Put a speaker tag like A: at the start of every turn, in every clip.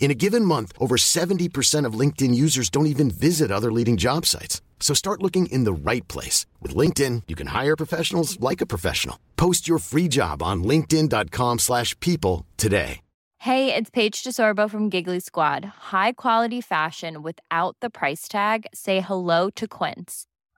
A: In a given month, over 70% of LinkedIn users don't even visit other leading job sites. So start looking in the right place. With LinkedIn, you can hire professionals like a professional. Post your free job on linkedin.com/people slash people today.
B: Hey, it's Paige DeSorbo from Giggly Squad. High quality fashion without the price tag. Say hello to Quince.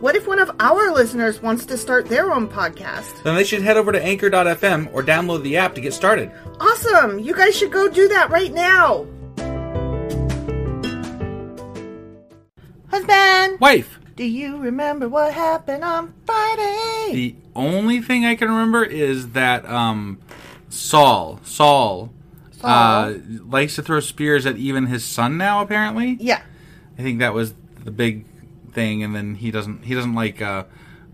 C: what if one of our listeners wants to start their own podcast?
D: Then they should head over to anchor.fm or download the app to get started.
C: Awesome! You guys should go do that right now! Husband!
D: Wife!
C: Do you remember what happened on Friday?
D: The only thing I can remember is that um, Saul, Saul, Uh, likes to throw spears at even his son now. Apparently,
C: yeah,
D: I think that was the big thing. And then he doesn't he doesn't like uh,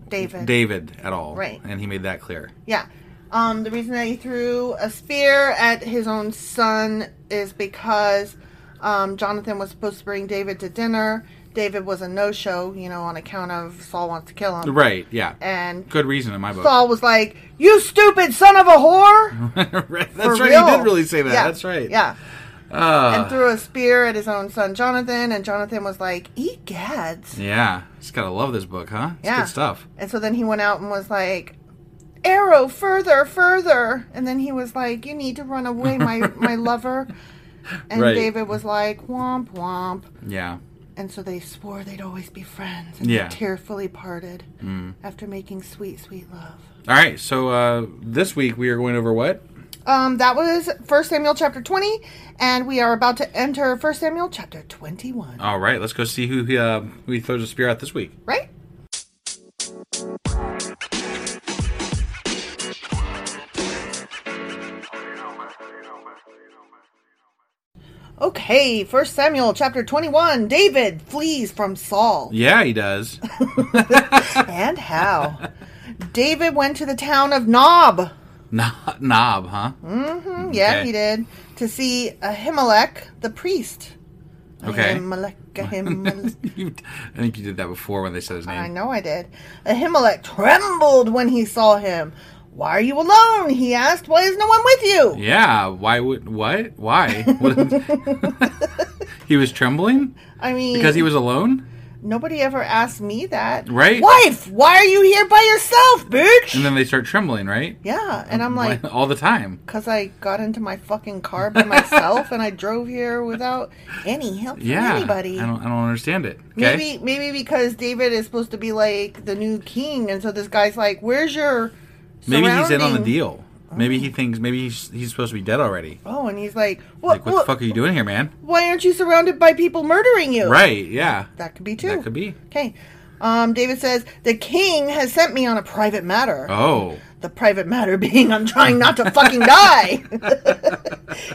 C: David.
D: David at all,
C: Right.
D: And he made that clear.
C: Yeah. Um, the reason that he threw a spear at his own son is because um, Jonathan was supposed to bring David to dinner. David was a no show, you know, on account of Saul wants to kill him.
D: Right? Yeah.
C: And
D: Good reason in my book.
C: Saul was like, You stupid son of a whore!
D: Right,
C: For
D: That's right.
C: real.
D: He did really say that.
C: Yeah,
D: That's right.
C: Yeah.
D: Uh,
C: and threw a spear at his own son Jonathan, and Jonathan was like, Egads.
D: yeah. Just gotta love this book, huh? It's
C: Yeah.
D: good stuff.
C: And so then he went out and was like, arrow further, further. And then he was like, you need to run away, my, my lover. And
D: Right.
C: David was like, womp, womp.
D: Yeah.
C: And so they swore they'd always be friends. And
D: Yeah. Mm.
C: they tearfully parted after making sweet, sweet love.
D: All right. So uh, this week we are going over what?
C: Um, that was First Samuel chapter 20, and we are about to enter First Samuel chapter 21.
D: All right. Let's go see who he, uh, who he throws a spear at this week.
C: Right? Okay, First Samuel chapter 21. David flees from Saul.
D: Yeah, he does.
C: And how? David went to the town of Nob.
D: Knob, knob huh?
C: Hmm, Yeah,
D: Okay.
C: he did. To see Ahimelech, the priest. Mm-hmm.
D: Okay.
C: Ahimelech, Ahimelech.
D: You- I think you did that before when they said his name.
C: I know I did. Ahimelech trembled when he saw him. Why are you alone? He asked. Why is no one with you?
D: Yeah. Why would what? Why? What- he was trembling
C: I mean,
D: because he was alone,
C: nobody ever asked me that.
D: Right?
C: Wife, why are you here by yourself, bitch?
D: and then they start trembling, right?
C: yeah, and I'm like,
D: all the time.
C: because I got into my fucking car by myself and I drove here without any help
D: Yeah.
C: from anybody.
D: I don't. I don't understand it. Okay.
C: Maybe maybe because David is supposed to be like the new king, and so this guy's like, "Where's your?"
D: Maybe he's in on the
C: surrounding?"
D: deal. Maybe he thinks. Maybe he's he's supposed to be dead already.
C: Oh, and he's like, "What?
D: Like, what the
C: what-
D: fuck are you doing here, man?
C: Why aren't you surrounded by people murdering you?"
D: Right? Yeah.
C: That could be too.
D: That could be.
C: Okay. Um, David says the king has sent me on a private matter.
D: Oh.
C: The private matter being I'm trying not to fucking die.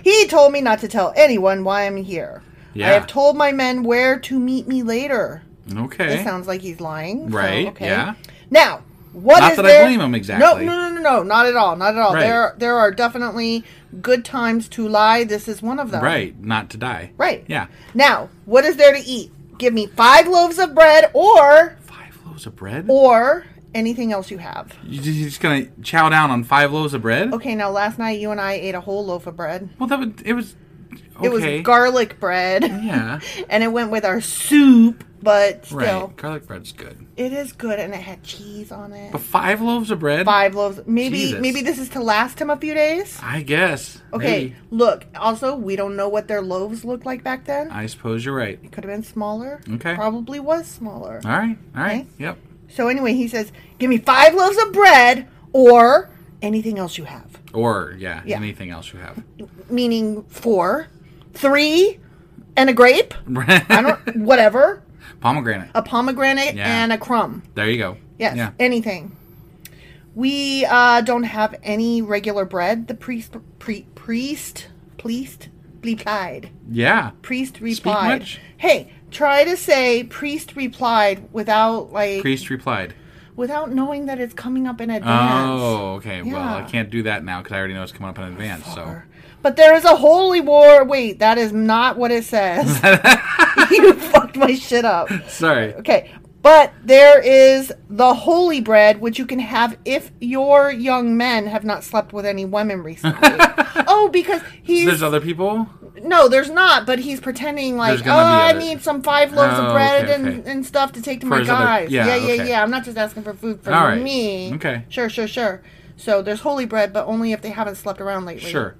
C: he told me not to tell anyone why I'm here.
D: Yeah.
C: I have told my men where to meet me later.
D: Okay.
C: It sounds like he's lying. so,
D: Right,
C: okay.
D: yeah.
C: Now, what
D: Not
C: is
D: that I
C: there?
D: blame him exactly.
C: No, no, no, no, no, not at all, not at all.
D: Right.
C: There, there are definitely good times to lie. This is one of them.
D: Right. Not to die.
C: Right.
D: Yeah.
C: Now, what is there to eat? Give me five loaves of bread, or
D: Five loaves of bread.
C: or anything else you have.
D: You just, you're just gonna chow down on five loaves of bread?
C: Okay. Now, last night you and I ate a whole loaf of bread.
D: Well, that would, it was. Okay.
C: It was garlic bread,
D: Yeah.
C: and it went with our soup. But still,
D: Right. Garlic bread's good.
C: it is good, and it had cheese on it.
D: But five loaves of bread?
C: Five loaves. Maybe
D: Jesus.
C: maybe this is to last him a few days.
D: I guess.
C: Okay,
D: Maybe.
C: look, also, we don't know what their loaves looked like back then.
D: I suppose you're right.
C: it could have been smaller.
D: Okay.
C: Probably was smaller.
D: All right. All right.
C: Okay.
D: Yep.
C: So, anyway, he says, Give me five loaves of bread or anything else you have.
D: Or, yeah,
C: Yeah.
D: anything else you have.
C: Meaning four, three, and a grape. I don't, whatever.
D: Pomegranate.
C: A pomegranate
D: Yeah.
C: and a crumb.
D: There you go.
C: Yes,
D: Yeah.
C: anything. We uh, don't have any regular bread. The priest, pre, priest, priest, replied.
D: Yeah.
C: Priest replied.
D: much?
C: Hey, try to say priest replied without like
D: Priest replied.
C: without knowing that it's coming up in advance.
D: Oh, okay. Well, I
C: Yeah.
D: can't do that now because I already know it's coming up in advance. So,
C: But there is a holy war. Wait, that is not what it says. you fucked my shit up.
D: sorry.
C: Okay. But there is the holy bread, which you can have if your young men have not slept with any women recently. oh, because he's
D: There's other people?
C: no, there's not. But he's pretending like,
D: There's
C: oh,
D: gonna be
C: I
D: other-
C: need some five loaves
D: Oh,
C: of bread
D: okay,
C: and,
D: okay.
C: and stuff to take to
D: For
C: my
D: his other-
C: guys.
D: yeah,
C: yeah, yeah,
D: okay.
C: yeah. I'm not just asking for food for
D: All right.
C: me.
D: Okay.
C: Sure, sure, sure. So there's holy bread, but only if they haven't slept around lately.
D: Sure.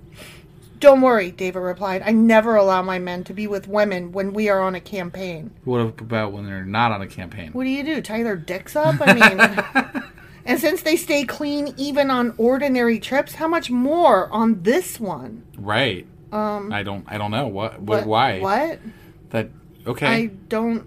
C: Don't worry, David replied. I never allow my men to be with women when we are on a campaign.
D: What about when they're not on a campaign?
C: What do you do? Tie their dicks up? I mean, and since they stay clean even on ordinary trips, how much more on this one?
D: Right. Um. I don't. I don't know what.
C: What-
D: What? Why?
C: What?
D: That. Okay.
C: I don't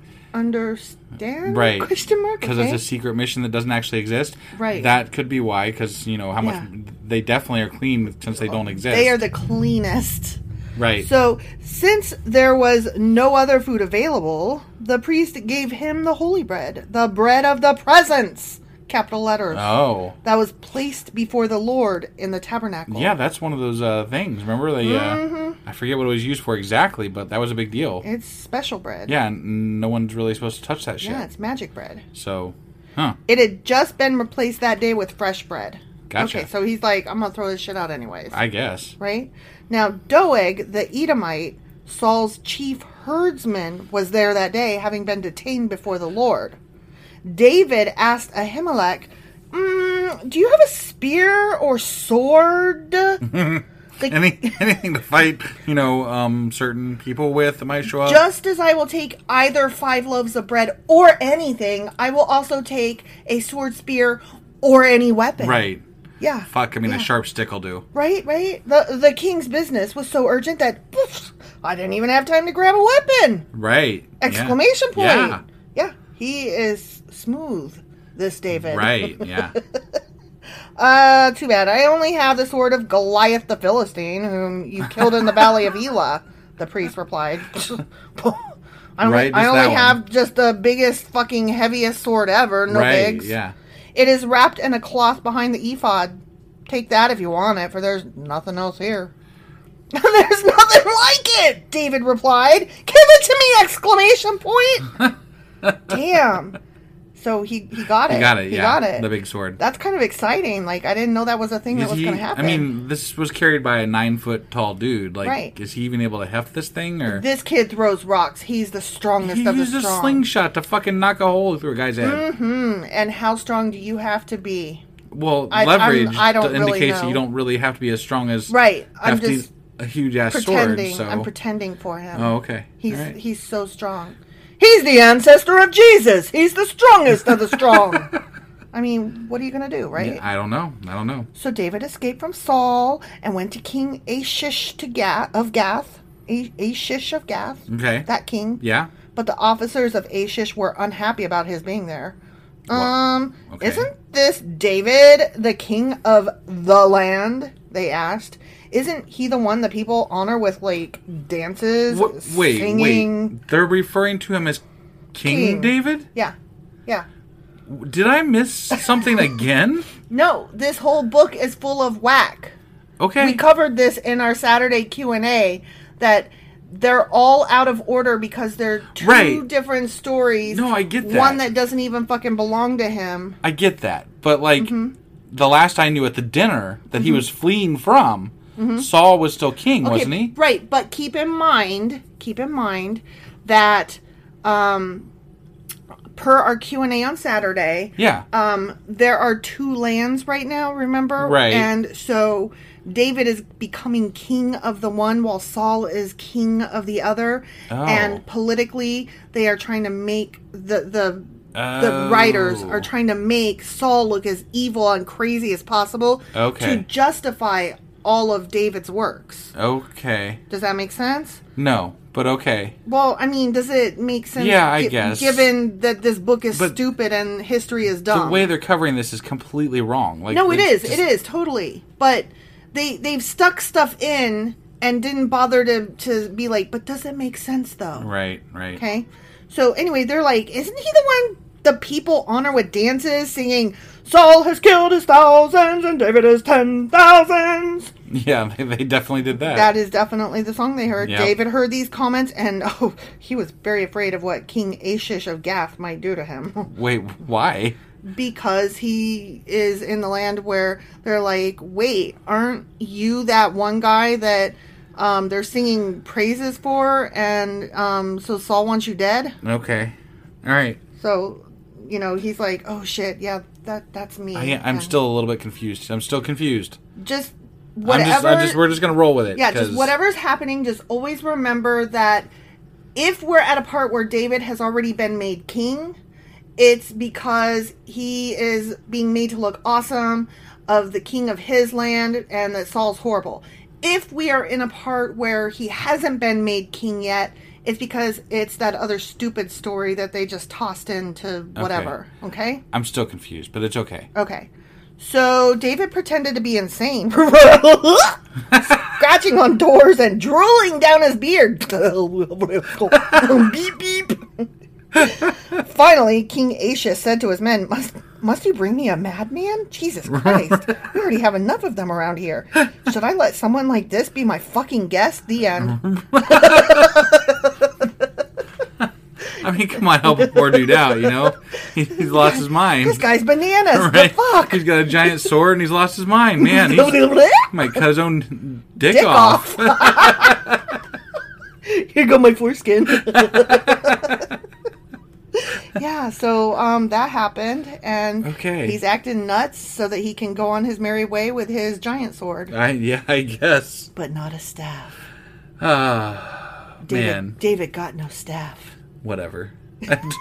C: understand.
D: right
C: Question mark.
D: because
C: okay.
D: it's a secret mission that doesn't actually exist
C: Right.
D: that could be why because you know how
C: Yeah.
D: much they definitely are clean since they don't exist
C: They are the cleanest.
D: right
C: So, since there was no other food available, the priest gave him the holy bread, the bread of the presence, capital letters,
D: oh
C: that was placed before the Lord in the tabernacle.
D: yeah that's one of those uh, things remember they uh,
C: Mm-hmm.
D: i forget what it was used for exactly but that was a big deal
C: It's special bread.
D: yeah and no one's really supposed to touch that shit
C: Yeah, it's magic bread.
D: so huh
C: It had just been replaced that day with fresh bread.
D: Gotcha.
C: Okay, so he's like, I'm gonna throw this shit out anyways.
D: i guess
C: right? Now Doeg, the Edomite, Saul's chief herdsman, was there that day, having been detained before the Lord. David asked Ahimelech, mm, mm, do you have a spear or sword? like,
D: Any anything to fight, you know, um, certain people with that might show up.
C: just as I will take either five loaves of bread or anything, I will also take a sword, spear, or any weapon.
D: right.
C: Yeah.
D: Fuck. I mean, a sharp stick will do.
C: Right, right. The the king's business was so urgent that poof, I didn't even have time to grab a weapon.
D: Right. Yeah.
C: Exclamation point.
D: Yeah.
C: Yeah. he is smooth, this David.
D: Right. Yeah.
C: Uh, too bad. I only have the sword of Goliath the Philistine, whom you killed in the Valley of Elah, the priest replied. I only,
D: Right,
C: I
D: just
C: only
D: that one.
C: have just the biggest, fucking heaviest sword ever. No
D: right.
C: bigs.
D: Yeah.
C: It is wrapped in a cloth behind the ephod. Take that if you want it, for there's nothing else here. there's nothing like it, David replied. Give it to me! Exclamation point. Damn. So he he got it.
D: You got it.
C: He
D: yeah.
C: got it.
D: The big sword.
C: That's kind of exciting. Like I didn't know that was a thing that
D: Is
C: was
D: he-
C: going to happen.
D: I mean, this was carried by a nine foot tall dude. Like,
C: Right.
D: is he even able to heft this thing? Or
C: this kid throws rocks. He's the strongest
D: he
C: of the
D: used a
C: strong. Mm-hmm.
D: slingshot to fucking knock a hole through a guy's head.
C: And how strong do you have to be?
D: Well,
C: I- I'm-
D: leverage
C: I don't really
D: indicates that
C: know.
D: you don't really have to be as strong as
C: Right, I'm
D: hefty-
C: just
D: a huge ass sword.
C: Pretending.
D: So
C: I'm pretending for him.
D: oh, okay.
C: He's
D: All right.
C: he's so strong. He's the ancestor of Jesus. He's the strongest of the strong. I mean, what are you going to do, right?
D: I don't know. I don't know.
C: So David escaped from Saul and went to King Ashish to Gath, of Gath. A- Ashish of Gath.
D: Okay.
C: That king.
D: Yeah.
C: But the officers of Ashish were unhappy about his being there.
D: Wow.
C: Um,
D: Okay.
C: isn't this David the king of the land? They asked. Isn't he the one that people honor with like dances,
D: Wha- wait,
C: singing?
D: wait. They're referring to him as King,
C: King.
D: David.
C: Yeah. Yeah.
D: Did I miss something again?
C: No, this whole book is full of whack.
D: Okay.
C: We covered this in our Saturday Q&A that they're all out of order because they're two
D: Right.
C: different stories.
D: No, I get that.
C: One that doesn't even fucking belong to him.
D: I get that, but like
C: Mm-hmm.
D: the last I knew at the dinner that he was fleeing from,
C: Mm-hmm.
D: Saul was still king, wasn't he?
C: Right, but keep in mind, keep in mind that um per our Q&A on Saturday,
D: Yeah.
C: um there are two lands right now remember
D: Right.
C: and so david is becoming king of the one while saul is king of the other
D: Oh.
C: and politically they are trying to make the the the writers
D: Oh.
C: are trying to make saul look as evil and crazy as possible
D: Okay.
C: to justify all of david's works
D: okay.
C: does that make sense
D: No, but okay.
C: well i mean does it make sense
D: Yeah, I
C: gi-
D: guess.
C: given that this book is
D: But
C: stupid and history is
D: The
C: dumb
D: way they're covering this is completely wrong. Like
C: no, it
D: it's
C: is.
D: just-
C: It is totally. But they they've stuck stuff in and didn't bother to to be like, but does it make sense though?
D: Right, right.
C: Okay. So anyway, they're like, isn't he the one the people honor with dances singing? Saul has killed his thousands and David has ten thousands.
D: Yeah, they, they definitely did that.
C: That is definitely the song they heard.
D: Yep.
C: David heard these comments and oh, he was very afraid of what King Ashish of Gath might do to him.
D: Wait, why?
C: because he is in the land where they're like, wait, aren't you that one guy that um, they're singing praises for? And um, so Saul wants you dead.
D: Okay. All right.
C: So, you know, he's like, oh shit, yeah, that that's me.
D: I, I'm
C: Yeah.
D: still a little bit confused. I'm still confused.
C: just
D: I'm
C: whatever.
D: just, I'm just, we're just gonna roll with it.
C: yeah, just
D: 'cause-
C: whatever's happening. Just always remember that if we're at a part where David has already been made king, it's because he is being made to look awesome of the king of his land and that Saul's horrible. If we are in a part where he hasn't been made king yet, it's because it's that other stupid story that they just tossed into whatever. Okay?
D: I'm still confused, but it's okay.
C: Okay. So David pretended to be insane, scratching on doors and drooling down his beard. beep beep. Finally, King Aisha said to his men, "Must must you bring me a madman? Jesus Christ! We already have enough of them around here. Should I let someone like this be my fucking guest?" The end.
D: I mean, come on, help a poor dude out. You know, He- he's lost his mind.
C: This guy's bananas.
D: Right?
C: The
D: He's got a giant sword and he's lost his mind. Man, he's, he
C: fuck.
D: might cut his own dick,
C: Dick
D: off.
C: off. Here go my foreskin. yeah, Yeah, so um, that happened, and
D: Okay.
C: he's acting nuts so that he can go on his merry way with his giant sword,
D: I, yeah, I guess.
C: but not a staff.
D: Ah,
C: David,
D: man,
C: David got no staff.
D: whatever. I don't,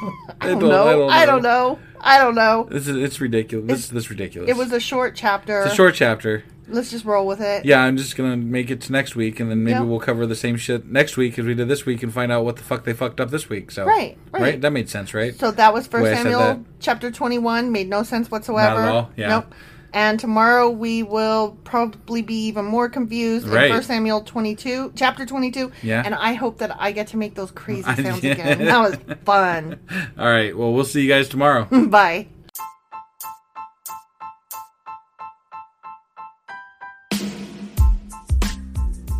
D: I
C: I don't know. I don't know. I don't know.
D: This is it's ridiculous. This is this ridiculous.
C: It was a short chapter.
D: it's a short chapter.
C: Let's just roll with it.
D: Yeah, I'm just gonna make it to next week, and then maybe
C: Yeah.
D: we'll cover the same shit next week as we did this week, and find out what the fuck they fucked up this week. So
C: Right, right.
D: that made sense, right?
C: So that was First
D: Way I said that.
C: Samuel chapter 21. Made no sense whatsoever.
D: Not at all, yeah.
C: Nope. And tomorrow we will probably be even more confused
D: Right.
C: in First Samuel 22, chapter 22.
D: Yeah.
C: And I hope that I get to make those crazy sounds again. That was fun.
D: All right. Well, we'll see you guys tomorrow.
C: Bye.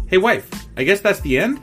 D: hey, wife. I guess that's the end.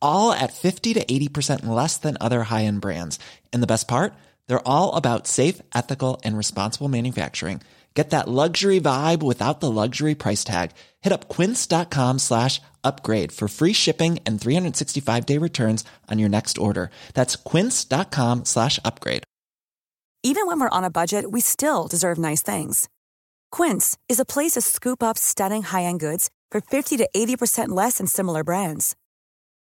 E: all at 50 to 80% less than other high end brands. And the best part? They're all about safe, ethical, and responsible manufacturing. Get that luxury vibe without the luxury price tag. Hit up quince.com slash upgrade for free shipping and 365 day returns on your next order. That's quince.com slash upgrade.
F: Even when we're on a budget, we still deserve nice things. Quince is a place to scoop up stunning high-end goods for 50 to 80% less than similar brands.